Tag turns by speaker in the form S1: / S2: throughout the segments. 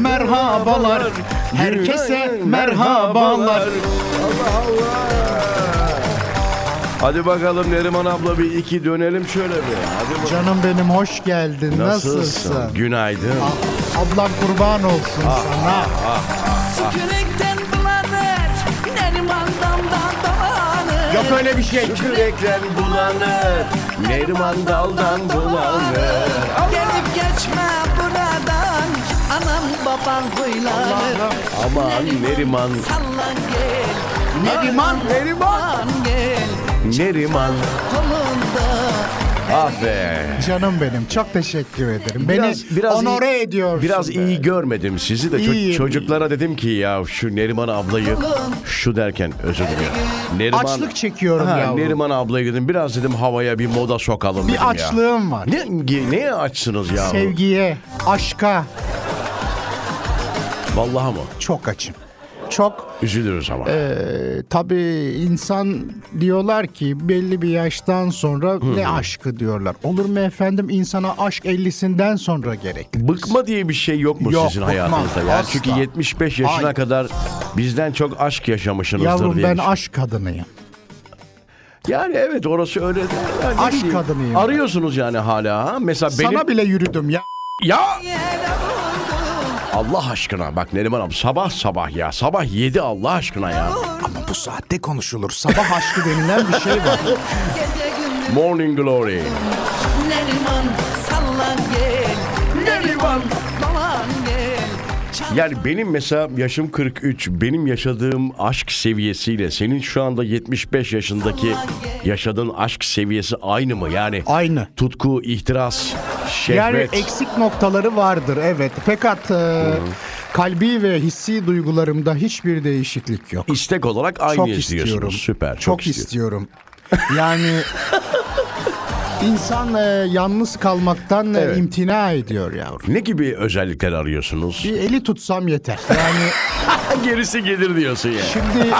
S1: merhabalar. Herkese merhabalar.
S2: Allah Allah. Hadi bakalım Neriman abla bir iki dönelim şöyle bir. Hadi bakalım.
S1: Canım benim hoş geldin. Nasılsın?
S2: Nasılsın? Günaydın.
S1: Ablam kurban olsun sana.
S3: Kürekten bulanır, Neriman'dan da dolanır.
S1: Yok öyle bir şey.
S2: Küreklen bulanır, Neriman daldan dolanır.
S3: Gelip geçme buradan, anam babam huylanır.
S2: Aman Neriman,
S3: Sallan gel,
S1: Neriman.
S2: Neriman,
S3: sallan gel,
S2: Neriman.
S3: kolunda.
S2: Ah be.
S1: Canım benim çok teşekkür ederim. Beni
S2: iyi-
S1: onore ediyorsun.
S2: Biraz
S1: be.
S2: iyi görmedim sizi de ço-
S1: İyiyim.
S2: çocuklara dedim ki ya şu Neriman ablayı şu derken özür dilerim. Neriman
S1: Açlık çekiyorum
S2: Ha,
S1: yavrum.
S2: Neriman ablayı dedim biraz dedim havaya bir moda sokalım dedim
S1: Bir
S2: ya.
S1: açlığım var.
S2: Ne neye açsınız ya?
S1: Sevgiye, aşka
S2: Vallahi mı?
S1: çok açım. Çok
S2: Üzülürüz ama.
S1: e, tabii insan diyorlar ki belli bir yaştan sonra ne aşkı diyorlar. Olur mu efendim insana aşk 50'sinden sonra gerek.
S2: Bıkma diye bir şey yok mu
S1: Yok,
S2: sizin
S1: bıkmam.
S2: hayatınızda? ya?
S1: Asla.
S2: Çünkü 75 yaşına
S1: Hayır.
S2: kadar bizden çok aşk yaşamışsınızdır
S1: Yavrum
S2: diye
S1: ben
S2: düşünüyorum.
S1: aşk kadınıyım.
S2: Yani evet orası öyle. Yani ne
S1: Aşk
S2: bileyim,
S1: kadınıyım.
S2: Arıyorsunuz yani hala. Ha? Mesela benim...
S1: Sana bile yürüdüm ya.
S2: Ya!
S3: Yere vurdum,
S2: Allah aşkına bak Neriman abi sabah sabah ya sabah 7 Allah aşkına ya.
S1: Ama bu saatte konuşulur. Sabah aşkı denilen bir şey var.
S3: gece gündüz.
S2: Morning Glory.
S3: Neriman, sallan gel, Neriman, dolan gel. Çal-
S2: Yani benim mesela yaşım 43. Benim yaşadığım aşk seviyesiyle senin şu anda 75 yaşındaki yaşadığın aşk seviyesi aynı mı? Yani
S1: Aynı.
S2: tutku, ihtiras,
S1: Yani
S2: şehvet.
S1: eksik noktaları vardır evet. Fakat e, kalbi ve hissi duygularımda hiçbir değişiklik yok.
S2: istek olarak aynı
S1: çok istiyorum.
S2: izliyorsunuz. Süper. Çok,
S1: Çok,
S2: istiyorum.
S1: istiyorum. Yani insan e, yalnız kalmaktan e,
S2: Evet.
S1: imtina ediyor yavrum.
S2: Ne gibi özellikler arıyorsunuz?
S1: Bir eli tutsam yeter. Yani
S2: Gerisi gelir diyorsun ya.
S1: şimdi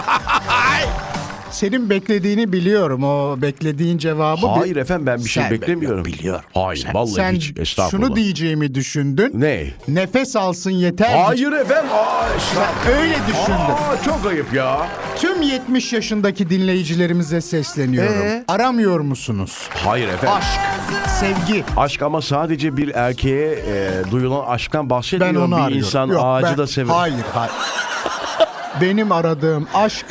S1: senin beklediğini biliyorum. O beklediğin cevabı bir-
S2: Hayır efendim ben bir şey
S1: Sen-
S2: beklemiyorum.
S1: Biliyorum.
S2: Hayır vallahi
S1: Sen
S2: hiç estağfurullah.
S1: şunu diyeceğimi düşündün.
S2: Ne?
S1: Nefes alsın yeter.
S2: Hayır efendim. Aa, estağfurullah.
S1: Öyle düşündüm.
S2: Aa, çok ayıp ya.
S1: Tüm 70 yaşındaki dinleyicilerimize sesleniyorum.
S2: Ee?
S1: Aramıyor musunuz?
S2: Hayır efendim. Aşk.
S1: Aşk, sevgi.
S2: ama sadece bir erkeğe e, duyulan aşktan
S1: Ben
S2: bahsetmiyorum.
S1: onu
S2: bir
S1: arıyorum.
S2: insan
S1: Yok,
S2: ağacı
S1: ben-
S2: da sever.
S1: Hayır, hayır. Benim aradığım aşk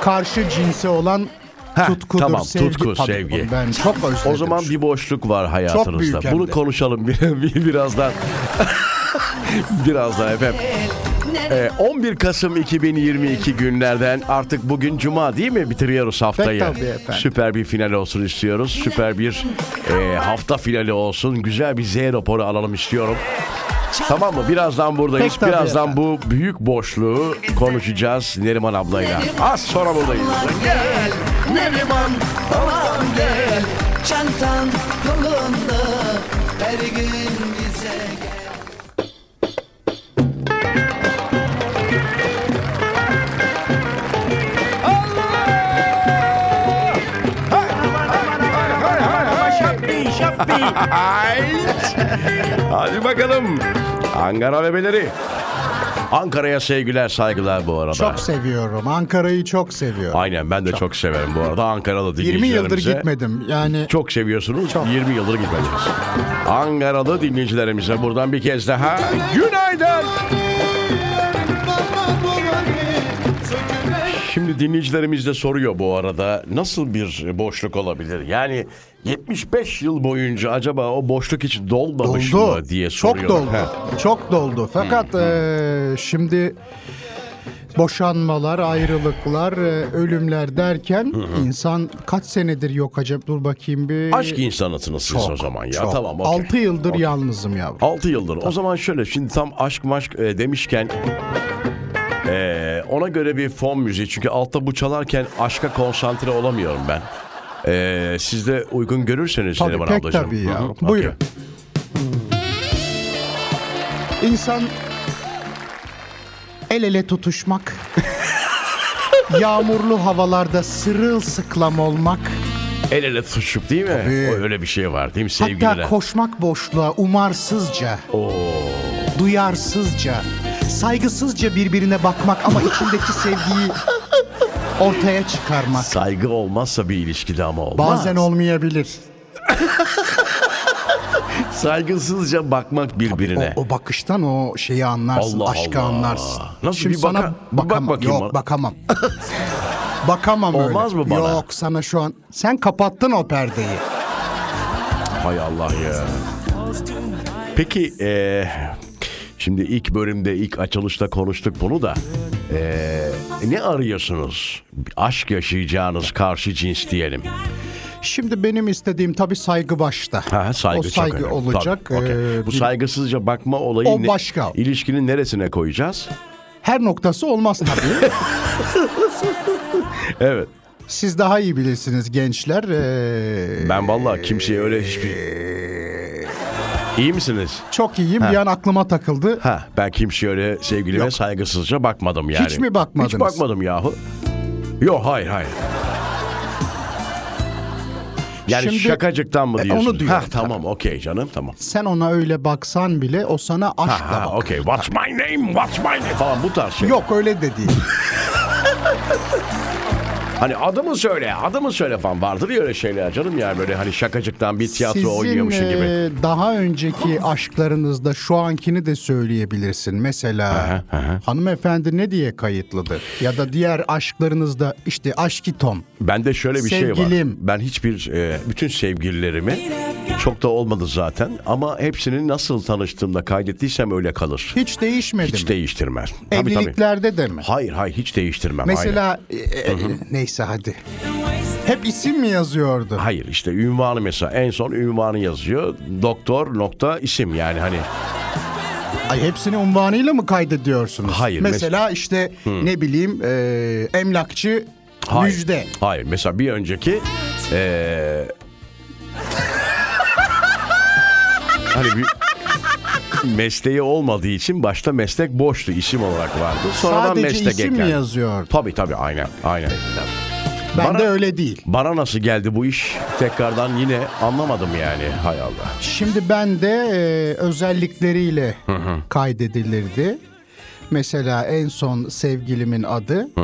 S1: karşı cinse olan
S2: Heh,
S1: tutkudur,
S2: tamam,
S1: sevgi.
S2: tutku,
S1: Tabii,
S2: sevgi.
S1: Ben çok özledim.
S2: O zaman
S1: şu-
S2: bir boşluk var hayatınızda.
S1: büyük hem
S2: Bunu
S1: de.
S2: konuşalım bir- bir- birazdan. birazdan efendim.
S3: Neriman,
S2: E, 11 Kasım 2022 günlerden artık bugün Cuma değil mi? Bitiriyoruz haftayı.
S1: Pek tabii efendim.
S2: Süper bir final olsun istiyoruz. Süper bir e, hafta finali olsun. Güzel bir Z raporu alalım istiyorum. Tamam mı? Birazdan buradayız.
S1: Pek tabii
S2: Birazdan bu büyük boşluğu konuşacağız Neriman ablayla. Az sonra buradayız.
S3: gel, Neriman, dolan gel. Çantan kolunda, her gün bize gel.
S2: Hadi bakalım. Ankara bebeleri. Ankara'ya sevgiler, saygılar bu arada.
S1: Çok seviyorum. Ankara'yı çok seviyorum.
S2: Aynen ben de çok, severim bu arada Ankara'da
S1: 20 yıldır
S2: dinleyicilerimize-
S1: gitmedim. Yani
S2: Çok seviyorsunuz. 20 yıldır gitmediniz. Ankara'da dinleyicilerimize buradan bir kez daha günaydın. Şimdi dinleyicilerimiz de soruyor bu arada nasıl bir boşluk olabilir? Yani 75 yıl boyunca acaba o boşluk hiç dolmamış
S1: doldu.
S2: mı diye soruyorlar.
S1: çok doldu.
S2: Ha.
S1: Çok doldu. Fakat eee, şimdi boşanmalar, ayrılıklar, eee, ölümler derken insan kaç senedir yok acaba? Dur bakayım bir.
S2: Aşk insanısınız siz o zaman ya.
S1: Çok.
S2: Tamam okey.
S1: 6 yıldır yalnızım yavrum.
S2: 6 yıldır. O zaman şöyle şimdi tam aşk maşk e, demişken e, ona göre bir fon müziği. Çünkü altta bu çalarken aşka konsantre olamıyorum ben. E, siz de uygun görürseniz
S1: Tabii,
S2: Neriman
S1: pek
S2: ablacığım.
S1: tabii ya.
S2: Hı hı, okey.
S1: Buyurun. İnsan el ele tutuşmak, yağmurlu havalarda sırılsıklam olmak,
S2: El ele tutuşup değil mi?
S1: Tabii.
S2: O, öyle bir şey var değil mi sevgililer?
S1: Hatta koşmak boşluğa umarsızca, duyarsızca, Saygısızca birbirine bakmak ama içindeki sevgiyi ortaya çıkarmak.
S2: Saygı olmazsa bir ilişkide ama olmaz.
S1: Bazen olmayabilir.
S2: Saygısızca bakmak
S1: O,
S2: birbirine.
S1: o bakıştan o şeyi anlarsın,
S2: Allah
S1: aşkı
S2: Allah.
S1: anlarsın.
S2: Nasıl, bir baka-
S1: sana
S2: bir bak
S1: bakamam.
S2: bakayım
S1: Yok
S2: bana.
S1: bakamam. bakamam öyle.
S2: Olmaz mı bana?
S1: Yok sana şu an. Sen kapattın o perdeyi.
S2: Hay Allah ya. Peki eee, şimdi ilk bölümde ilk açılışta konuştuk bunu da. Eee, ne arıyorsunuz? Aşk yaşayacağınız karşı cins diyelim.
S1: Şimdi benim istediğim tabii saygı başta.
S2: Ha, saygı
S1: o
S2: çok
S1: saygı
S2: önemli.
S1: olacak.
S2: Tabii, okey.
S1: Ee,
S2: Bu
S1: bir-
S2: saygısızca bakma olayı
S1: O başka.
S2: ilişkinin neresine koyacağız?
S1: Her noktası olmaz tabii.
S2: Evet.
S1: Siz daha iyi bilirsiniz gençler. Ee,
S2: Ben vallahi kimseye öyle hiçbir...
S1: E-
S2: İyi misiniz?
S1: Çok iyiyim. Bir an aklıma takıldı.
S2: Ha ben kimseye öyle sevgilime saygısızca bakmadım yani.
S1: Hiç mi bakmadınız?
S2: Hiç bakmadım yahu. Yok hayır hayır. Yani
S1: Şimdi-
S2: şakacıktan mı
S1: E, onu
S2: diyorsun?
S1: diyorum,
S2: Ha, tamam okey canım tamam.
S1: Sen ona öyle baksan bile o sana aşkla
S2: Ha
S1: bakar.
S2: okey what's my name what's my name falan bu tarz şey.
S1: Yok öyle de değil.
S2: Hani adımı söyle adımı söyle falan vardır ya öyle şeyler canım yani böyle hani şakacıktan bir tiyatro
S1: Sizin
S2: oynuyormuş gibi.
S1: e, daha önceki aşklarınızda şu ankini de söyleyebilirsin. Mesela hanımefendi ne diye kayıtlıdır? Ya da diğer aşklarınızda işte aşkitom.
S2: Bende şöyle bir şey var.
S1: sevgilim.
S2: Ben hiçbir e, bütün sevgililerimi çok da olmadı zaten ama hepsini nasıl tanıştığımda kaydettiysem öyle kalır.
S1: Hiç değişmedi
S2: Hiç
S1: mi?
S2: değiştirmez. Tabii, tabii.
S1: Evliliklerde de mi?
S2: Hayır hayır hiç değiştirmem. aynen.
S1: Mesela e, e, neyse hadi. Hep isim mi yazıyordu?
S2: Hayır işte ünvanı mesela en son ünvanı yazıyor. Doktor nokta isim yani hani
S1: Ay hepsini unvanıyla mı kaydediyorsunuz?
S2: Hayır,
S1: Mesela işte ne bileyim e, emlakçı
S2: hayır.
S1: müjde.
S2: Hayır mesela bir önceki eee hani bir mesleği olmadığı için başta meslek boştu isim olarak vardı. Sonradan
S1: Sadece
S2: meslek
S1: isim mi
S2: eklendi.
S1: yazıyordu?
S2: Tabii tabii aynen aynen.
S1: Ben
S2: Bana-
S1: de öyle değil.
S2: Bana nasıl geldi bu iş tekrardan yine anlamadım yani hay Allah.
S1: Şimdi ben de e, özellikleriyle kaydedilirdi. Mesela en son sevgilimin adı e,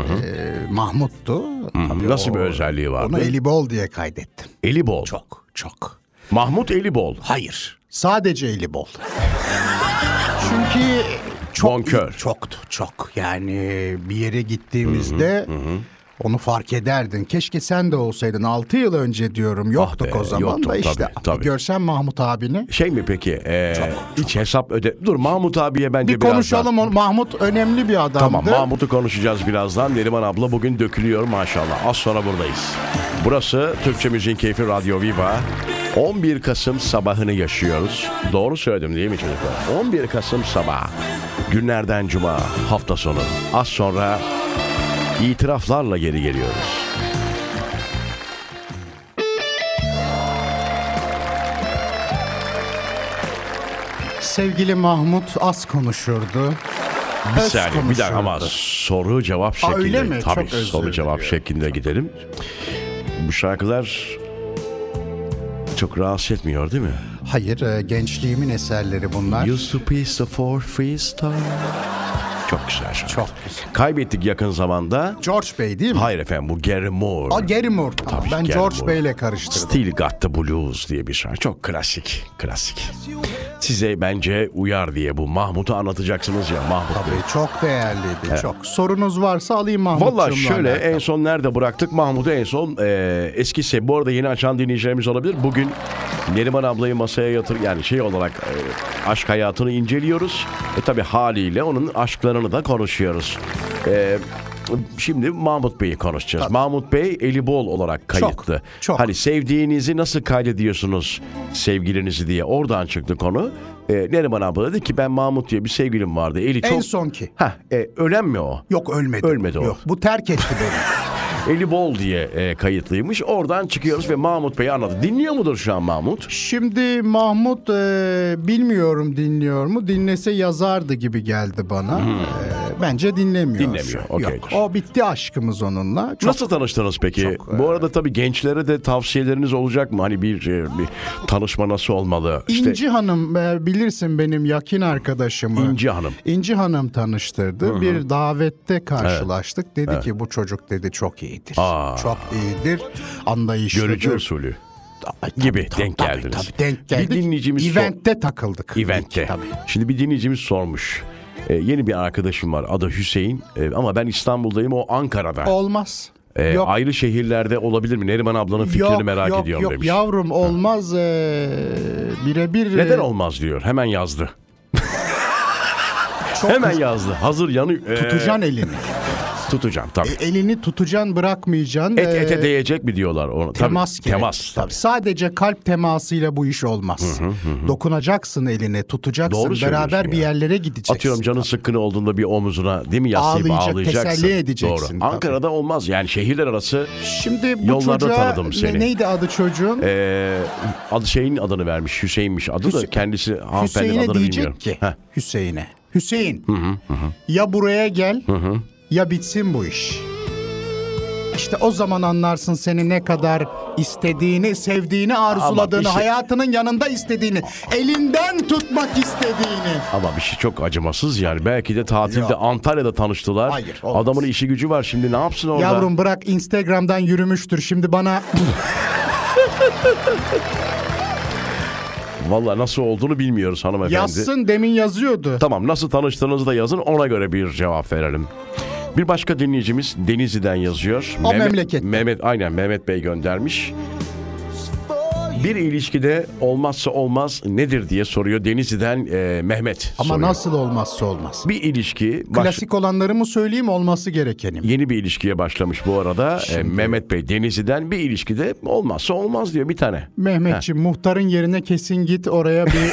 S1: Mahmut'tu. Tabii
S2: Nasıl
S1: o-
S2: bir özelliği vardı?
S1: Onu Elibol diye kaydettim.
S2: Elibol.
S1: Çok çok.
S2: Mahmut Elibol.
S1: Hayır. Sadece Elibol. Çünkü çok
S2: Bonkör.
S1: çoktu çok. Yani bir yere gittiğimizde onu fark ederdin. Keşke sen de olsaydın. 6 yıl önce diyorum. Yoktuk
S2: Ah be,
S1: o zaman
S2: yoktuk,
S1: da işte.
S2: tabii, tabii.
S1: Görsen Mahmut abini.
S2: Şey mi peki? Ee, Hiç hesap öde... Dur Mahmut abiye bence
S1: Bir
S2: biraz
S1: konuşalım. onu. Mahmut önemli bir adamdı.
S2: daha- Tamam Mahmut'u konuşacağız birazdan. Neriman abla bugün dökülüyor maşallah. Az sonra buradayız. Burası Türkçe Müziğin Keyfi Radyo Viva. 11 Kasım sabahını yaşıyoruz. Doğru söyledim değil mi çocuklar? 11 Kasım sabahı. Günlerden cuma hafta sonu. Az sonra itiraflarla geri geliyoruz.
S1: Sevgili Mahmut az konuşurdu.
S2: Bir
S1: Öz
S2: saniye bir dakika ama
S1: konuşurdu.
S2: soru cevap şeklinde.
S1: öyle mi? Çok
S2: Tabii
S1: özür
S2: soru cevap
S1: diliyorum.
S2: şeklinde gidelim. Bu şarkılar çok rahatsız etmiyor değil mi?
S1: Hayır e, gençliğimin eserleri bunlar.
S2: Used to be the four free star. Çok güzel şarkı.
S1: Çok güzel.
S2: Kaybettik yakın zamanda.
S1: George Bey değil mi?
S2: Hayır efendim bu Gary Moore.
S1: Aa, Gary Moore. Tamam,
S2: Tabii,
S1: ben
S2: Gary
S1: George
S2: Moore.
S1: Bey'le karıştırdım.
S2: Still Got the Blues diye bir şarkı. Çok klasik, klasik. Size bence uyar diye bu Mahmut'u anlatacaksınız ya Mahmut. Bey.
S1: Tabii çok değerliydi çok. Sorunuz varsa alayım Mahmut'cumla.
S2: Valla şöyle
S1: alakalı.
S2: en son nerede bıraktık Mahmut'u en son e, eski se bu arada yeni açan dinleyicilerimiz olabilir. Bugün Neriman ablayı masaya yatır yani şey olarak e, aşk hayatını inceliyoruz. E tabi haliyle onun aşklarını da konuşuyoruz. E, Şimdi Mahmut Bey'i konuşacağız. Mahmut Bey eli bol olarak kayıtlı.
S1: çok.
S2: Hani sevdiğinizi nasıl kaydediyorsunuz sevgilinizi diye oradan çıktı konu. E, Neriman abla dedi ki ben Mahmut diye bir sevgilim vardı. Eli çok...
S1: En sonki.
S2: Heh, e, ölen mi o?
S1: Yok ölmedi.
S2: Ölmedi o.
S1: Yok, bu terk etti beni.
S2: Eli Bol diye e, kayıtlıymış. Oradan çıkıyoruz ve Mahmut Bey'i anladı. Dinliyor mudur şu an Mahmut?
S1: Şimdi Mahmut e, bilmiyorum dinliyor mu? Dinlese yazardı gibi geldi bana. E, Bence dinlemiyor.
S2: Dinlemiyor, okey.
S1: Yok. O bitti aşkımız onunla. Çok
S2: Nasıl tanıştınız peki?
S1: Çok,
S2: Bu arada tabii gençlere de tavsiyeleriniz olacak mı? Hani bir, e, bir tanışma nasıl olmalı? İşte
S1: İnci Hanım e, bilirsin benim yakın arkadaşımı.
S2: İnci Hanım.
S1: İnci Hanım tanıştırdı. Bir davette karşılaştık. Dedi ki bu çocuk dedi çok iyidir.
S2: Aa.
S1: Çok iyidir. Anlayışlıdır.
S2: görücü usulü.
S1: Tabii,
S2: gibi
S1: tabii,
S2: denk
S1: tabii,
S2: geldiniz.
S1: Tabii, denk geldik.
S2: Bir dinleyicimiz sor-
S1: Event'te takıldık.
S2: Event'te.
S1: Tabii.
S2: Şimdi bir dinleyicimiz sormuş. E, yeni bir arkadaşım var adı Hüseyin E, ama ben İstanbul'dayım o Ankara'da.
S1: Olmaz.
S2: E,
S1: yok.
S2: Ayrı şehirlerde olabilir mi? Neriman ablanın fikrini
S1: yok,
S2: merak
S1: yok,
S2: ediyorum
S1: yok,
S2: demiş.
S1: Yavrum olmaz e, birebir.
S2: Neden
S1: e,
S2: olmaz diyor hemen yazdı.
S1: Çok
S2: hemen yazdı hazır yanıyor. E,
S1: Tutacaksın elini.
S2: tutacağım tabii.
S1: Elini tutacaksın bırakmayacaksın.
S2: Et
S1: e,
S2: ete değecek mi diyorlar onu.
S1: Temas
S2: tabii,
S1: gerek.
S2: Temas tabii.
S1: Sadece kalp temasıyla bu iş olmaz. Dokunacaksın eline, tutacaksın,
S2: Doğru söylüyorsun
S1: beraber bir
S2: ya.
S1: yerlere gideceksin.
S2: Atıyorum canın sıkkını olduğunda bir omuzuna değil mi yaslayıp
S1: Ağlayacak,
S2: ağlayacaksın.
S1: teselli edeceksin
S2: Doğru.
S1: tabii.
S2: Ankara'da olmaz yani şehirler arası
S1: Şimdi bu
S2: Yollarda
S1: çocuğa
S2: tanıdım
S1: ne-
S2: seni.
S1: neydi adı çocuğun?
S2: Ee, adı şeyin adını vermiş. Hüseyin'miş adı da
S1: Hüse-
S2: kendisi hanımefendinin
S1: Hüseyin'e
S2: adını
S1: diyecek
S2: bilmiyorum.
S1: ki.
S2: Heh.
S1: Hüseyin'e. Hüseyin. Ya buraya gel ya bitsin bu iş. İşte o zaman anlarsın seni ne kadar istediğini, sevdiğini, arzuladığını,
S2: bir şey-
S1: hayatının yanında istediğini, elinden tutmak istediğini.
S2: Ama bir şey çok acımasız yani. Belki de tatilde
S1: Yok.
S2: Antalya'da tanıştılar.
S1: Hayır, olmaz.
S2: Adamın işi gücü var şimdi ne yapsın orada?
S1: Yavrum bırak Instagram'dan yürümüştür şimdi bana.
S2: Vallahi nasıl olduğunu bilmiyoruz hanımefendi.
S1: Yazsın demin yazıyordu.
S2: Tamam nasıl tanıştığınızı da yazın ona göre bir cevap verelim. Bir başka dinleyicimiz Denizli'den yazıyor.
S1: O memlekette.
S2: Mehmet aynen Mehmet Bey göndermiş. Bir ilişkide olmazsa olmaz nedir diye soruyor Denizli'den e, Mehmet.
S1: Ama
S2: soruyor.
S1: nasıl olmazsa olmaz.
S2: Bir ilişki baş-
S1: Klasik olanları mı söyleyeyim olması gerekeni mi?
S2: yeni bir ilişkiye başlamış bu arada. E, Mehmet Bey Denizli'den bir ilişkide olmazsa olmaz diyor bir tane.
S1: Mehmetciğim muhtarın yerine kesin git oraya bir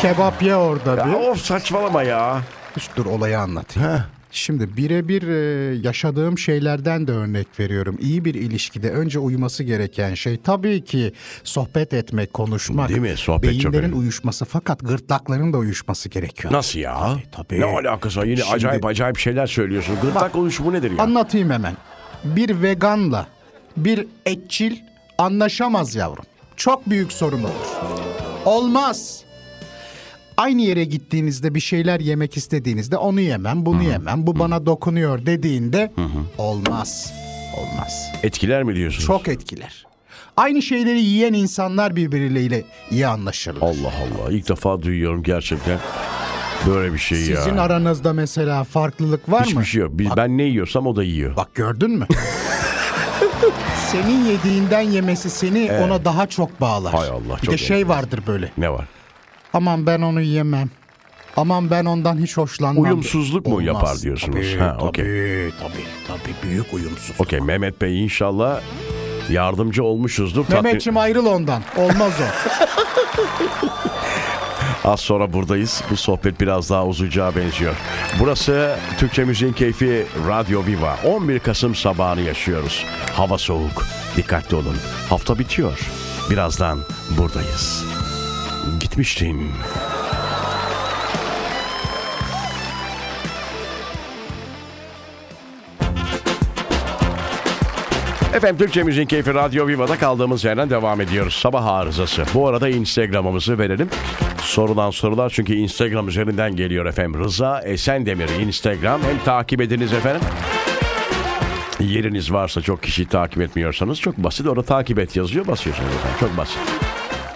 S1: kebap ye orada
S2: Ya
S1: bir.
S2: of saçmalama ya.
S1: Dur, Dur olayı anlatayım. Şimdi birebir e, yaşadığım şeylerden de örnek veriyorum. İyi bir ilişkide önce uyuması gereken şey tabii ki sohbet etmek, konuşmak.
S2: Değil mi? Sohbet çok
S1: Beyinlerin
S2: önemli.
S1: uyuşması fakat gırtlakların da uyuşması gerekiyor.
S2: Nasıl ya?
S1: E, tabii.
S2: Ne alakası var? Yine
S1: Şimdi-
S2: acayip acayip şeyler söylüyorsun. Gırtlak oluşumu nedir ya?
S1: Anlatayım hemen. Bir veganla bir etçil anlaşamaz yavrum. Çok büyük sorun olur. Olmaz. Aynı yere gittiğinizde bir şeyler yemek istediğinizde onu yemem, bunu yemem, bu bana dokunuyor dediğinde olmaz. Olmaz.
S2: Etkiler mi diyorsun?
S1: Çok etkiler. Aynı şeyleri yiyen insanlar birbirleriyle iyi anlaşırlar.
S2: Allah Allah. İlk defa duyuyorum gerçekten. Böyle bir şey ya.
S1: Sizin aranızda mesela farklılık var
S2: Hiçbir
S1: mı?
S2: şey yok. Biz, ben ne yiyorsam o da yiyor.
S1: Bak gördün mü? Senin yediğinden yemesi seni ona daha çok bağlar.
S2: Hay Allah,
S1: Bir
S2: çok
S1: de şey
S2: enteresan.
S1: vardır böyle.
S2: Ne var?
S1: Aman ben onu yemem. Aman ben ondan hiç hoşlanmam.
S2: Uyumsuzluk mu
S1: Olmaz.
S2: yapar diyorsunuz?
S1: Tabii,
S2: Ha,
S1: tabii,
S2: okey.
S1: tabii, tabii. Büyük uyumsuzluk.
S2: Okey Mehmet Bey inşallah yardımcı olmuşuzdur. Tatmin-
S1: Mehmetçim ayrıl ondan. Olmaz o.
S2: Az sonra buradayız. Bu sohbet biraz daha uzayacağı benziyor. Burası Türkçe Müziğin Keyfi Radyo Viva. 11 Kasım sabahını yaşıyoruz. Hava soğuk. Dikkatli olun. Hafta bitiyor. Birazdan buradayız. Gitmiştin. Efendim Türkçe Müziğin Keyfi Radyo Viva'da kaldığımız yerden devam ediyoruz. Sabah arızası. Bu arada Instagram'ımızı verelim. Sorulan sorular çünkü Instagram üzerinden geliyor efendim. Rıza Esendemir Instagram. Hem takip ediniz efendim. Yeriniz varsa çok kişi takip etmiyorsanız çok basit. Orada takip et yazıyor basıyorsunuz efendim. Çok basit.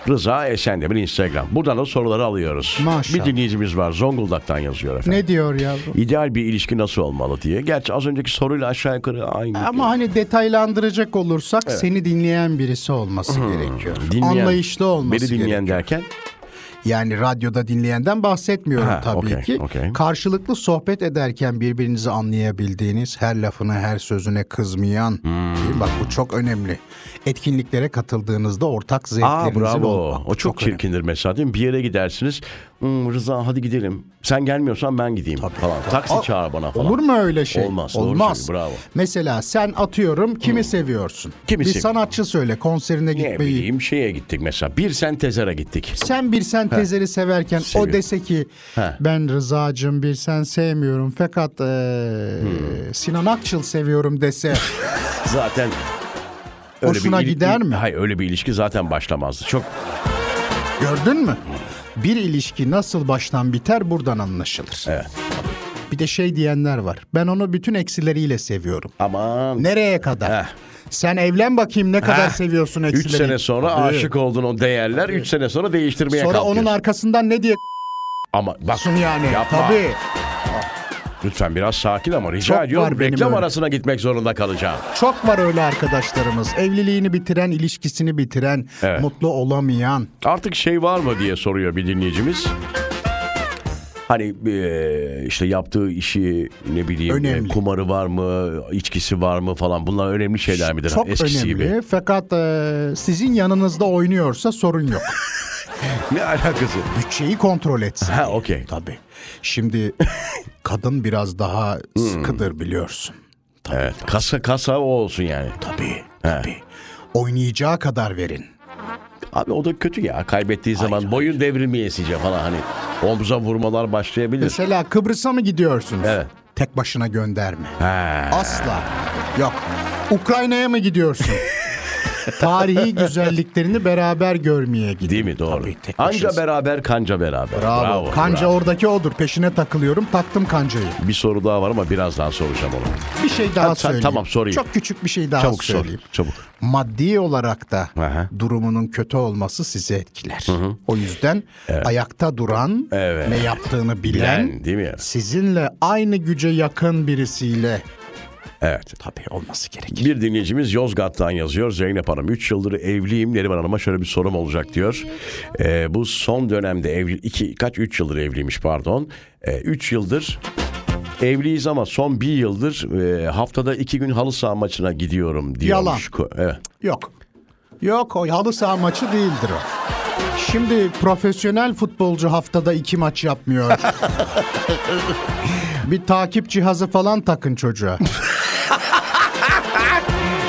S2: Rıza Esendemir Instagram. Buradan da soruları alıyoruz.
S1: Maşallah.
S2: Bir dinleyicimiz var. Zonguldak'tan yazıyor efendim.
S1: ne diyor yavrum?
S2: İdeal bir ilişki nasıl olmalı diye. Gerçi az önceki soruyla aşağı yukarı aynı.
S1: Ama hani detaylandıracak olursak seni dinleyen birisi olması gerekiyor.
S2: Hmm, Dinleyen-
S1: Anlayışlı olması
S2: Beni dinleyen
S1: gerekiyor.
S2: derken
S1: Yani radyoda dinleyenden bahsetmiyorum
S2: Ha,
S1: tabii
S2: okey,
S1: ki.
S2: okey.
S1: Karşılıklı sohbet ederken
S2: Hmm.
S1: birbirinizi anlayabildiğiniz, her lafına, her sözüne kızmayan. Değil mi? Bak bu çok önemli. etkinliklere katıldığınızda ortak
S2: Aa
S1: zevklerinizin
S2: bravo.
S1: olmak.
S2: O çok,
S1: önemli.
S2: çirkindir mesela değil mi? Bir yere gidersiniz. "Hmm, Rıza hadi gidelim. Sen gelmiyorsan ben gideyim falan. Taksi
S1: Aa,
S2: çağır bana falan.
S1: Olur mu öyle şey?
S2: Olmaz, doğru
S1: Olmaz.
S2: söylüyor, bravo. Hmm.
S1: Mesela sen atıyorum kimi seviyorsun?
S2: Kimi
S1: bir
S2: seviyorum?
S1: sanatçı söyle konserine
S2: Ne
S1: gitmeyi.
S2: bileyim şeye gittik mesela. Bir sentezere gittik.
S1: Sen bir sen tezeri severken
S2: Seviyorum.
S1: o dese ki
S2: He.
S1: ben Rıza'cığım bir sen sevmiyorum fakat eee,
S2: Hmm.
S1: Sinan Akçıl seviyorum dese
S2: Zaten
S1: Hoşuna
S2: ili-
S1: gider mi?
S2: Hayır öyle bir ilişki zaten başlamazdı. Çok
S1: gördün mü?
S2: Hmm.
S1: Bir ilişki nasıl baştan biter buradan anlaşılır.
S2: evet.
S1: Bir de şey diyenler var. Ben onu bütün eksileriyle seviyorum.
S2: Aman.
S1: Nereye kadar?
S2: Heh.
S1: Sen evlen bakayım ne kadar seviyorsun eksileri.
S2: 3 sene sonra
S1: Tabii.
S2: aşık olduğun o değerler 3 sene sonra değiştirmeye
S1: Sonra
S2: kalkıyorsun.
S1: onun arkasından ne diye
S2: Ama bak
S1: k***sun yani.
S2: yapma.
S1: Tabii.
S2: Lütfen biraz sakin ama rica
S1: Çok
S2: ediyorum.
S1: var benim
S2: Reklam
S1: öyle.
S2: arasına gitmek zorunda kalacağım.
S1: Çok var öyle arkadaşlarımız. Evliliğini bitiren, ilişkisini bitiren,
S2: Evet.
S1: mutlu olamayan.
S2: Artık şey var mı diye soruyor bir dinleyicimiz. Hani eee, işte yaptığı işi ne bileyim
S1: Önemli.
S2: e, kumarı var mı, içkisi var mı falan bunlar önemli şeyler midir?
S1: Çok
S2: Eskisi
S1: önemli.
S2: gibi.
S1: Fakat e, sizin yanınızda oynuyorsa sorun yok.
S2: Ne alakası?
S1: Bütçeyi kontrol etsin.
S2: Ha okey.
S1: Tabii. Şimdi kadın biraz daha
S2: Hmm.
S1: sıkıdır biliyorsun.
S2: Evet. Kasa kasa o olsun yani.
S1: Tabii. Tabii. Oynayacağı kadar verin.
S2: Abi o da kötü ya. Kaybettiği zaman boyun devrilmeyesice falan hani omza vurmalar başlayabilir.
S1: Mesela Kıbrıs'a mı gidiyorsunuz?
S2: Evet.
S1: Tek başına gönderme.
S2: Ha.
S1: Asla. Yok. Ukrayna'ya mı gidiyorsun? Tarihi güzelliklerini beraber görmeye gidin.
S2: Değil mi? Doğru.
S1: Tabii, tek
S2: Anca
S1: başınız.
S2: beraber kanca beraber.
S1: Bravo. Kanca
S2: bravo.
S1: oradaki odur. Peşine takılıyorum. Taktım kancayı.
S2: Bir soru daha var ama birazdan soracağım onu.
S1: Bir şey daha
S2: Ha, sen-
S1: söyleyeyim.
S2: tamam, sorayım.
S1: Çok küçük bir şey daha
S2: Çabuk sor.
S1: söyleyeyim.
S2: Çabuk.
S1: Maddi olarak da
S2: Aha.
S1: durumunun kötü olması sizi etkiler. O yüzden ayakta duran,
S2: Evet.
S1: ne yaptığını bilen,
S2: Bilen, değil mi?
S1: sizinle aynı güce yakın birisiyle
S2: Evet.
S1: tabii olması gerekir.
S2: Bir dinleyicimiz Yozgat'tan yazıyor. Zeynep Hanım 3 yıldır evliyim. Neriman Hanım'a şöyle bir sorum olacak diyor. Ee, bu son dönemde evli iki kaç 3 yıldır evliymiş pardon. 3 yıldır evliyiz ama son bir yıldır e, haftada iki gün halı saha maçına gidiyorum diyormuş. Ko- Evet.
S1: Yok. Yok o halı saha maçı değildir o. Şimdi profesyonel futbolcu haftada iki maç yapmıyor. bir takip cihazı falan takın çocuğa.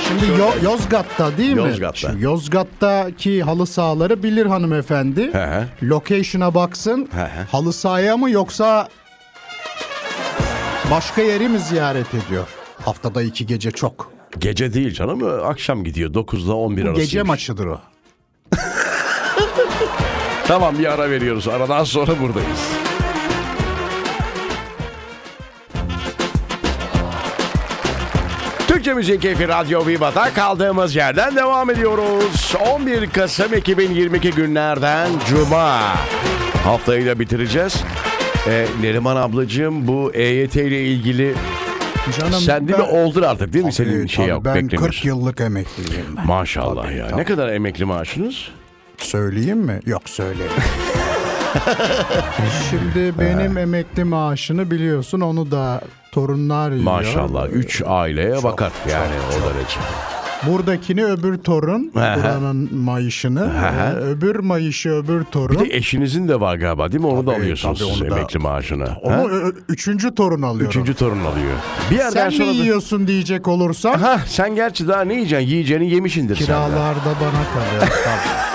S1: Şimdi Yo- Yozgat'ta değil mi?
S2: Yozgat'ta.
S1: Şimdi Yozgat'taki halı sahaları bilir hanımefendi.
S2: He he.
S1: Location'a baksın.
S2: He he.
S1: Halı sahaya mı yoksa başka yeri mi ziyaret ediyor? Haftada iki gece çok.
S2: Gece değil canım e, akşam gidiyor 9'da 11 arası.
S1: Gece maçıdır o.
S2: Tamam bir ara veriyoruz. Aradan sonra buradayız. Türkçe Müzik Keyfi Radyo Viva'da kaldığımız yerden devam ediyoruz. 11 Kasım 2022 günlerden Cuma. Haftayı da bitireceğiz. Ee, Neriman ablacığım bu EYT ile ilgili
S1: Canım
S2: sen de mi
S1: ben-
S2: oldun artık değil mi senin
S1: Ee,
S2: şey
S1: tabii
S2: yok
S1: Ben 40
S2: beklemiyorsun.
S1: yıllık emekliyim ben.
S2: Maşallah
S1: Tabii,
S2: ya.
S1: tabii.
S2: Ne kadar emekli maaşınız?
S1: Söyleyeyim mi? Yok söyleyeyim. Şimdi benim emekli maaşını biliyorsun onu da torunlar yiyor.
S2: Maşallah 3 aileye bakar yani o derece.
S1: Buradakini öbür torun,
S2: Aha.
S1: buranın mayışını,
S2: Aha.
S1: e, öbür mayışı öbür
S2: Bir
S1: torun.
S2: de eşinizin de var galiba değil mi? Onu da
S1: Tabii,
S2: alıyorsunuz
S1: tabii,
S2: siz
S1: onu da-
S2: emekli maaşına. Ha?
S1: Onu ö- ö- üçüncü torun alıyorum.
S2: Üçüncü torun alıyor. Bir yerden
S1: Sen ne
S2: sonra da-
S1: yiyorsun diyecek olursam
S2: Ha, sen gerçi daha ne yiyeceksin? Yiyeceğini yemişindir sen. de.
S1: kiralarda bana kalıyor. Tabii.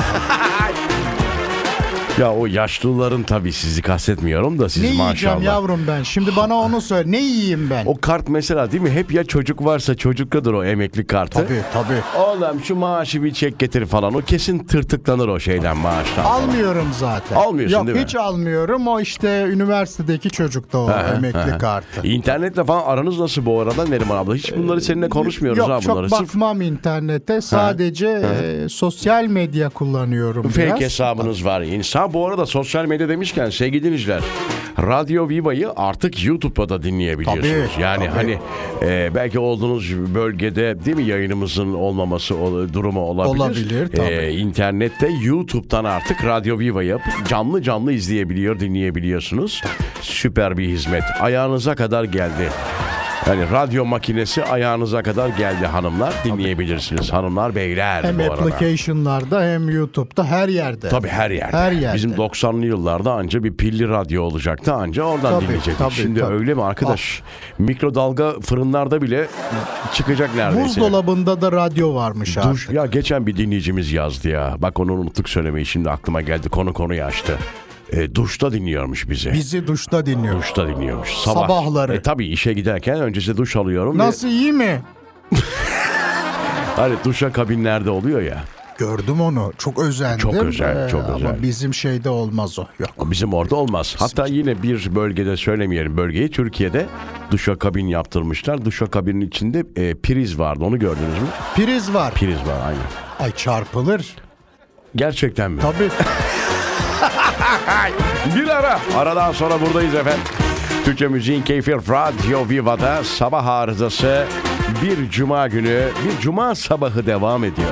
S2: Ya o yaşlıların tabii sizi kastetmiyorum da siz
S1: ne yiyeceğim
S2: maşallah.
S1: yavrum ben? Şimdi bana onu söyle. Ne yiyeyim ben?
S2: O kart mesela değil mi? Hep ya çocuk varsa çocukkadır o emekli kartı.
S1: Tabii tabii.
S2: Oğlum şu maaşı bir çek getir falan. O kesin tırtıklanır o şeyden maaştan. falan.
S1: Almıyorum zaten.
S2: Almıyorsun
S1: Yok,
S2: değil mi?
S1: hiç almıyorum. O işte üniversitedeki çocukta o emekli kartı.
S2: İnternetle falan aranız nasıl bu arada Neriman abla? Hiç bunları seninle konuşmuyoruz
S1: Yok
S2: ha
S1: çok
S2: bunları. Sırf
S1: bakmam internete. Sadece e, sosyal medya kullanıyorum
S2: Fake
S1: biraz.
S2: hesabınız var. İnsan bu arada sosyal medya demişken sevgili dinleyiciler. Radyo Viva'yı artık YouTube'da da dinleyebiliyorsunuz.
S1: Tabii,
S2: yani
S1: tabii.
S2: hani e, belki olduğunuz bölgede değil mi yayınımızın olmaması ol- durumu olabilir. E,
S1: Olabilir, tabii.
S2: internette YouTube'dan artık Radyo Viva'yı canlı canlı izleyebiliyor, dinleyebiliyorsunuz. Süper bir hizmet. Ayağınıza kadar geldi. Yani radyo makinesi ayağınıza kadar geldi hanımlar. Dinleyebilirsiniz hanımlar beyler
S1: Hem
S2: bu arada.
S1: application'larda hem YouTube'da her yerde.
S2: Tabii her yerde.
S1: Her yerde.
S2: Bizim 90'lı yıllarda anca bir pilli radyo olacaktı anca oradan
S1: Tabii,
S2: dinleyecektik.
S1: tabii,
S2: Şimdi
S1: tabii. Ah.
S2: öyle mi arkadaş? Mikrodalga fırınlarda bile çıkacak neredeyse.
S1: Buzdolabında da radyo varmış abi.
S2: Duş- ya geçen bir dinleyicimiz yazdı ya. Bak onu unuttuk söylemeyi şimdi aklıma geldi. Konu konuyu açtı. E, duşta dinliyormuş bizi.
S1: Bizi duşta dinliyor.
S2: Duşta dinliyormuş. Sabah.
S1: Sabahları.
S2: E, tabii işe giderken öncesi duş alıyorum. Nasıl?
S1: Nasıl iyi mi?
S2: Hani duşa kabinlerde oluyor ya.
S1: Gördüm onu. Çok özendim. E,
S2: Çok özel, çok
S1: ama
S2: özel.
S1: bizim şeyde olmaz o. Yok.
S2: Bizim orada olmaz. Hatta yine bir bölgede söylemeyelim bölgeyi. Türkiye'de duşa kabin yaptırmışlar. Duşa kabinin içinde e, priz vardı. Onu gördünüz mü?
S1: Priz var.
S2: Priz var aynen.
S1: Ay çarpılır.
S2: Gerçekten mi?
S1: Tabii.
S2: Bir ara. Aradan sonra buradayız efendim. Türkçe Müziğin Keyfi Radyo Viva'da sabah arızası bir cuma günü, bir cuma sabahı devam ediyor.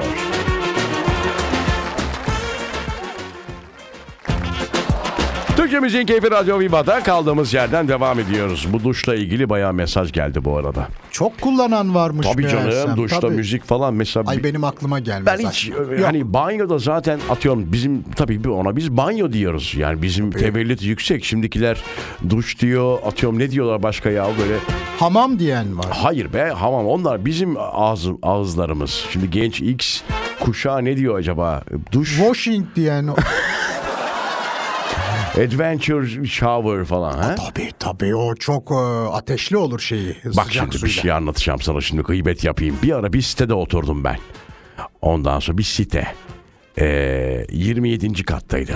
S2: Türkçe Müziğin Keyfi Radyo Viva'da kaldığımız yerden devam ediyoruz. Bu duşla ilgili bayağı mesaj geldi bu arada.
S1: çok kullanan varmış.
S2: Tabii
S1: meğersem,
S2: canım duşta
S1: tabii.
S2: müzik falan mesela
S1: Ay
S2: bir-
S1: benim aklıma gelmez.
S2: ben hiç
S1: aslında.
S2: e, hani banyoda zaten atıyorum bizim tabii bir ona biz banyo diyoruz. Yani bizim tevellüt yüksek. Şimdikiler duş diyor atıyorum ne diyorlar başka ya böyle.
S1: Hamam diyen var.
S2: Hayır be hamam onlar bizim ağız, ağızlarımız. Şimdi genç X kuşağı ne diyor acaba? Duş,
S1: Washing diyen.
S2: adventure shower falan. ha?
S1: tabii tabii o çok e, ateşli olur şeyi.
S2: Bak
S1: sıcak
S2: şimdi bir
S1: suyla.
S2: şey anlatacağım sana şimdi gıybet yapayım. Bir ara bir sitede oturdum ben. Ondan sonra bir site. Ee, 27. kattaydı.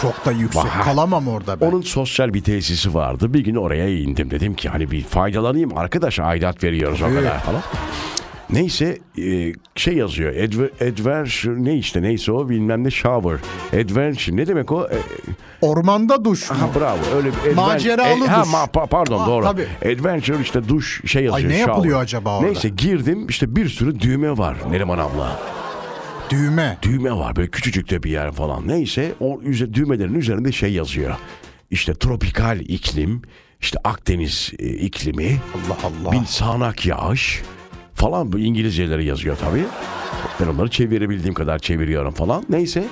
S1: Çok da yüksek.
S2: Vah.
S1: Kalamam orada ben.
S2: Onun sosyal bir tesisi vardı. Bir gün oraya indim. Dedim ki hani bir faydalanayım arkadaş aidat veriyoruz o kadar falan. Neyse e, şey yazıyor. Adver- Adventure ne işte neyse o bilmem ne shower. Adventure ne demek o? E,
S1: Ormanda duş.
S2: ha bravo öyle bir adven- E,
S1: Maceralı
S2: ha,
S1: duş.
S2: ma- pa- pardon
S1: Ha,
S2: doğru.
S1: tabii.
S2: Adventure işte duş şey yazıyor.
S1: ne
S2: shower.
S1: yapılıyor acaba orada?
S2: Neyse girdim işte bir sürü düğme var Neriman abla.
S1: Düğme.
S2: Düğme var böyle küçücük de bir yer falan. Neyse o üze, düğmelerin üzerinde şey yazıyor. İşte tropikal iklim, işte Akdeniz e, iklimi,
S1: Allah Allah.
S2: bir sağanak yağış falan bu İngilizceleri yazıyor tabii. Ben onları çevirebildiğim kadar çeviriyorum falan. Neyse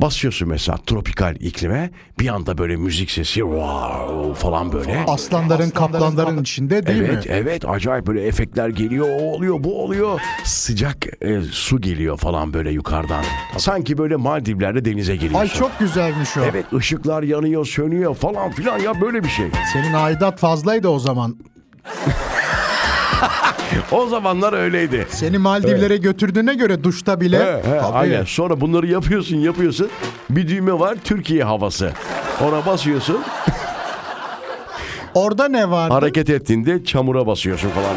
S2: basıyorsun mesela tropikal iklime bir anda böyle müzik sesi wow falan böyle.
S1: Aslanların, kaplanların içinde değil
S2: Evet
S1: mi?
S2: evet acayip böyle efektler geliyor o oluyor bu oluyor sıcak e, su geliyor falan böyle yukarıdan. Sanki böyle Maldivler'de denize giriyorsun.
S1: Ay çok güzelmiş o.
S2: Evet ışıklar yanıyor sönüyor falan filan ya böyle bir şey.
S1: Senin aidat fazlaydı o zaman.
S2: O zamanlar öyleydi.
S1: Seni Maldivlere götürdüğüne göre duşta bile.
S2: He, he,
S1: E, Tabii.
S2: aynen. Sonra bunları yapıyorsun yapıyorsun. Bir düğme var Türkiye havası. Ona basıyorsun.
S1: Orada ne vardı?
S2: Hareket ettiğinde çamura basıyorsun falan.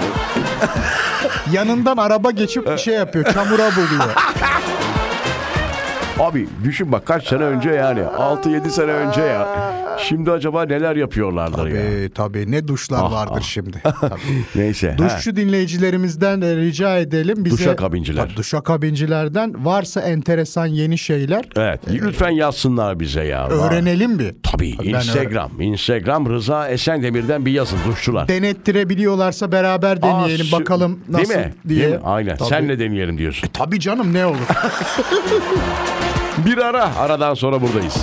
S1: Yanından araba geçip şey yapıyor. Çamura buluyor.
S2: Abi düşün bak kaç sene önce yani. 6-7 sene önce ya. Şimdi acaba neler yapıyorlardır ya.
S1: Ee, tabii ne duşlar
S2: Ah,
S1: vardır
S2: ah.
S1: şimdi. Tabii.
S2: Neyse. he.
S1: Duşçu dinleyicilerimizden de rica edelim bize.
S2: Duşakabinciler.
S1: Tabii, duşakabincilerden varsa enteresan yeni şeyler
S2: Evet. Lütfen yazsınlar bize ya.
S1: öğrenelim bir.
S2: Tabii
S1: Ee, Ben
S2: Instagram. Instagram Rıza Esendemir'den bir yazın duşçular.
S1: Denettirebiliyorlarsa beraber
S2: Aa,
S1: deneyelim
S2: sü-
S1: bakalım nasıl
S2: Değil mi?
S1: diye.
S2: Değil mi? Aynen.
S1: Tabii.
S2: Senle deneyelim diyorsun.
S1: Tabii canım ne olur.
S2: Bir ara. Aradan sonra buradayız.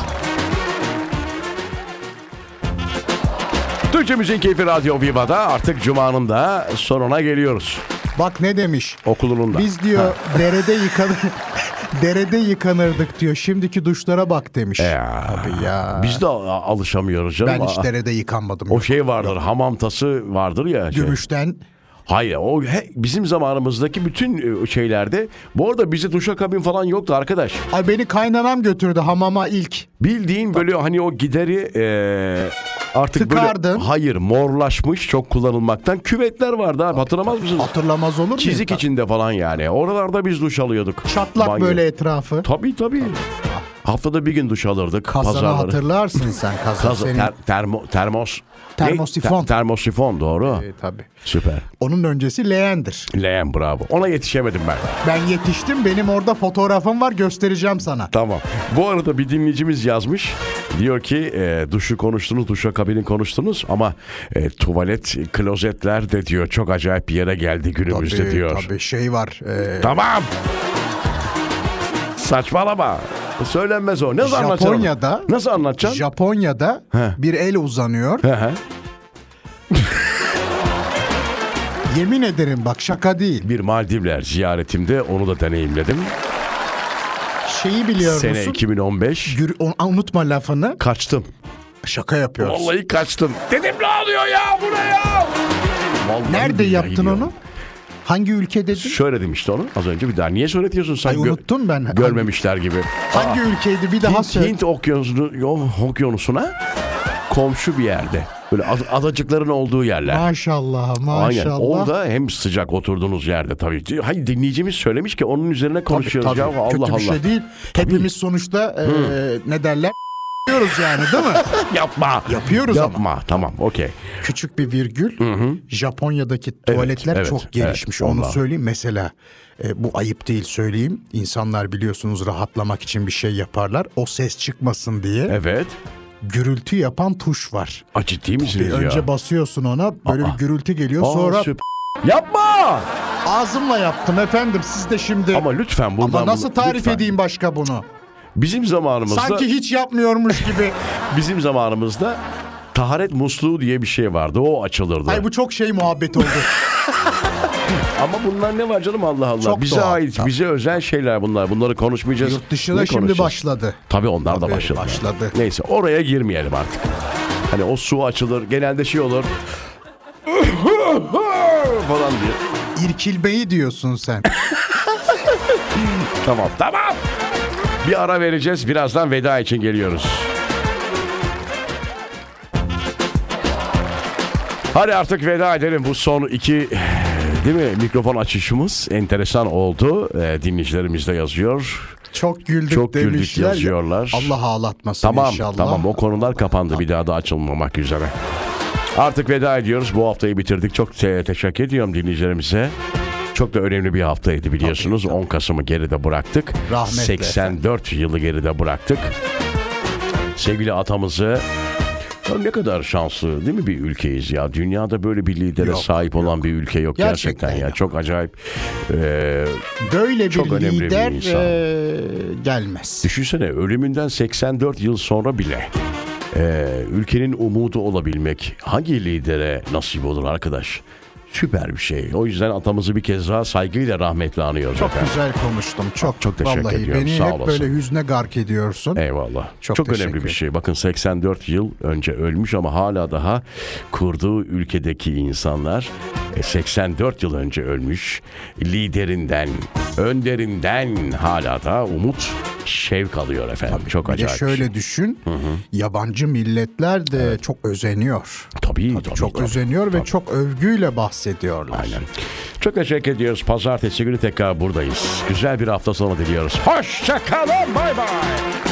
S2: Türkçe Müziğin Keyfi Radyo Viva'da artık Cuma'nın da sonuna geliyoruz.
S1: Bak ne demiş.
S2: Okulunun da.
S1: Biz diyor derede yıkan derede yıkanırdık diyor. Şimdiki duşlara bak demiş.
S2: Ya.
S1: Tabii ya.
S2: Biz de a- alışamıyoruz canım.
S1: ben hiç
S2: Aa,
S1: derede yıkanmadım.
S2: O
S1: yok.
S2: şey vardır, hamam tası vardır ya. şey.
S1: Gümüşten
S2: Hayır, o he- bizim zamanımızdaki bütün e, şeylerde. Bu arada bize duşakabin falan yoktu arkadaş.
S1: Ay beni kaynanam götürdü hamama ilk.
S2: Bildiğin böyle hani o gideri e, artık
S1: Tıkardın.
S2: böyle hayır morlaşmış çok kullanılmaktan küvetler vardı abi hatırlamaz mısınız?
S1: Ah, Hatırlamaz olur muyum?
S2: Çizik içinde falan yani. Oralarda biz duş alıyorduk.
S1: ah. Çatlak
S2: Banyo.
S1: böyle etrafı.
S2: Tabii tabii. Haftada bir gün duş alırdık.
S1: Kazanı
S2: Pazarları.
S1: hatırlarsın sen kazan
S2: Kaz-
S1: senin.
S2: ter- termo, termos. ne?
S1: Termosifon.
S2: Ter- termosifon doğru.
S1: E, tabii.
S2: Süper.
S1: Onun öncesi leğendir.
S2: Leğen bravo. Ona yetişemedim ben.
S1: Ben yetiştim benim orada fotoğrafım var göstereceğim sana.
S2: Tamam. Bu arada bir dinleyicimiz yazmış. Diyor ki e, duşu konuştunuz, duşa kabini konuştunuz ama e, tuvalet, klozetler de diyor çok acayip bir yere geldi günümüzde
S1: Tabii,
S2: diyor.
S1: tabii şey var. e,
S2: Tamam. Saçmalama. Söylenmez o. Nasıl anlatacaksın? onu?
S1: Japonya'da-
S2: Nasıl anlatacaksın?
S1: Japonya'da
S2: He.
S1: bir el uzanıyor.
S2: Hı hı.
S1: Yemin ederim bak şaka değil.
S2: bir Maldivler ziyaretimde onu da deneyimledim.
S1: Şeyi biliyor
S2: Sene
S1: musun?
S2: 2015.
S1: Gür- o- unutma lafını.
S2: Kaçtım.
S1: Şaka yapıyorsun.
S2: Vallahi kaçtım. Dedim ne oluyor ya buraya? Vallahi
S1: Nerede
S2: billahi
S1: yaptın
S2: diyorum.
S1: onu? Hangi ülke dedin?
S2: Söyledim işte onu az önce bir daha. Niye söyletiyorsun sen?
S1: Ay,
S2: Gö-
S1: unuttum ben.
S2: Görmemişler gibi.
S1: Hangi ülkeydi bir daha
S2: Ah. Hint,
S1: söyle.
S2: Hint okyanusunu, yo- okyanusuna komşu bir yerde. Böyle ad- adacıkların olduğu yerler.
S1: Maşallah
S2: Aynen.
S1: maşallah.
S2: Orada hem sıcak oturduğunuz yerde tabii. Hayır dinleyicimiz söylemiş ki onun üzerine konuşuyoruz
S1: Tabii,
S2: ya. Allah
S1: kötü
S2: Allah.
S1: bir şey değil. Hepimiz sonuçta e, ne derler? diyoruz yani değil mi?
S2: Yapma.
S1: Yapıyoruz ama.
S2: Yapma. Tamam okey.
S1: Küçük bir virgül. Japonya'daki tuvaletler
S2: evet,
S1: çok gelişmiş.
S2: evet,
S1: Onu
S2: vallahi.
S1: söyleyeyim. Mesela e, bu ayıp değil söyleyeyim. İnsanlar biliyorsunuz rahatlamak için bir şey yaparlar. O ses çıkmasın diye
S2: Evet.
S1: gürültü yapan tuş var.
S2: A, ciddi
S1: Bir
S2: misiniz ya?
S1: önce basıyorsun ona böyle
S2: Aa.
S1: bir gürültü geliyor.
S2: Aa,
S1: Sonra
S2: süp- Yapma!
S1: ağzımla yaptım efendim. Siz de şimdi
S2: Ama lütfen buradan...
S1: ama nasıl
S2: bunu-
S1: tarif
S2: lütfen.
S1: edeyim başka bunu?
S2: Bizim zamanımızda...
S1: Sanki hiç yapmıyormuş gibi.
S2: Bizim zamanımızda taharet musluğu diye bir şey vardı. O açılırdı.
S1: Ay bu çok şey muhabbet oldu.
S2: Ama bunlar ne var canım Allah Allah.
S1: Çok
S2: bize
S1: doğal,
S2: ait,
S1: tabii.
S2: bize özel şeyler bunlar. Bunları konuşmayacağız.
S1: Yurt dışına
S2: Ne
S1: şimdi
S2: konuşacağız?
S1: başladı.
S2: Tabii onlar da
S1: Tabii,
S2: başladı.
S1: başladı.
S2: Neyse oraya girmeyelim artık. Hani o su açılır. Genelde şey olur. falan diye.
S1: İrkilmeyi diyorsun sen.
S2: Tamam tamam. Bir ara vereceğiz. Birazdan veda için geliyoruz. Hadi artık veda edelim bu son iki eh, değil mi mikrofon açışımız enteresan oldu Ee, dinleyicilerimiz de yazıyor
S1: Çok güldük
S2: Çok güldük
S1: demişler.
S2: yazıyorlar.
S1: Allah ağlatmasın
S2: tamam
S1: inşallah.
S2: tamam o konular kapandı bir daha da açılmamak üzere artık veda ediyoruz bu haftayı bitirdik çok te- teşekkür ediyorum dinleyicilerimize çok da önemli bir haftaydı biliyorsunuz 10 Kasım'ı geride bıraktık
S1: Rahmetle
S2: 84 yılı geride bıraktık sevgili atamızı ya ne kadar şanslı değil mi bir ülkeyiz ya. Dünyada böyle bir lidere
S1: Yok,
S2: sahip olan bir ülke yok gerçekten,
S1: Gerçekten
S2: ya.
S1: yok.
S2: Çok acayip. Ee,
S1: Böyle
S2: Çok
S1: bir
S2: önemli bir
S1: lider
S2: insan.
S1: eee, gelmez.
S2: düşünsene ölümünden 84 yıl sonra bile ee, ülkenin umudu olabilmek hangi lidere nasip olur arkadaş? Süper bir şey. O yüzden atamızı bir kez daha saygıyla rahmetle anıyoruz.
S1: Çok
S2: efendim.
S1: güzel konuştum. Çok
S2: Çok teşekkür
S1: Vallahi
S2: ediyorum,
S1: Beni
S2: sağ
S1: hep
S2: olasın.
S1: böyle hüzne gark ediyorsun.
S2: Eyvallah. Çok,
S1: Çok
S2: önemli
S1: teşekkür
S2: bir şey. Bakın 84 yıl önce ölmüş ama hala daha kurduğu ülkedeki insanlar e, 84 yıl önce ölmüş liderinden, önderinden hala da umut, şevk alıyor efendim. Çok
S1: Bir de
S2: acayip. bir şey.
S1: şöyle düşün. Yabancı milletler de çok özeniyor.
S2: Tabii, tabii,
S1: çok
S2: tabii.
S1: özeniyor ve çok övgüyle bahsediyorlar.
S2: Aynen. Çok teşekkür ediyoruz. Pazartesi günü tekrar buradayız. Güzel bir hafta sonu diliyoruz. Hoşça kalın. Bay bay.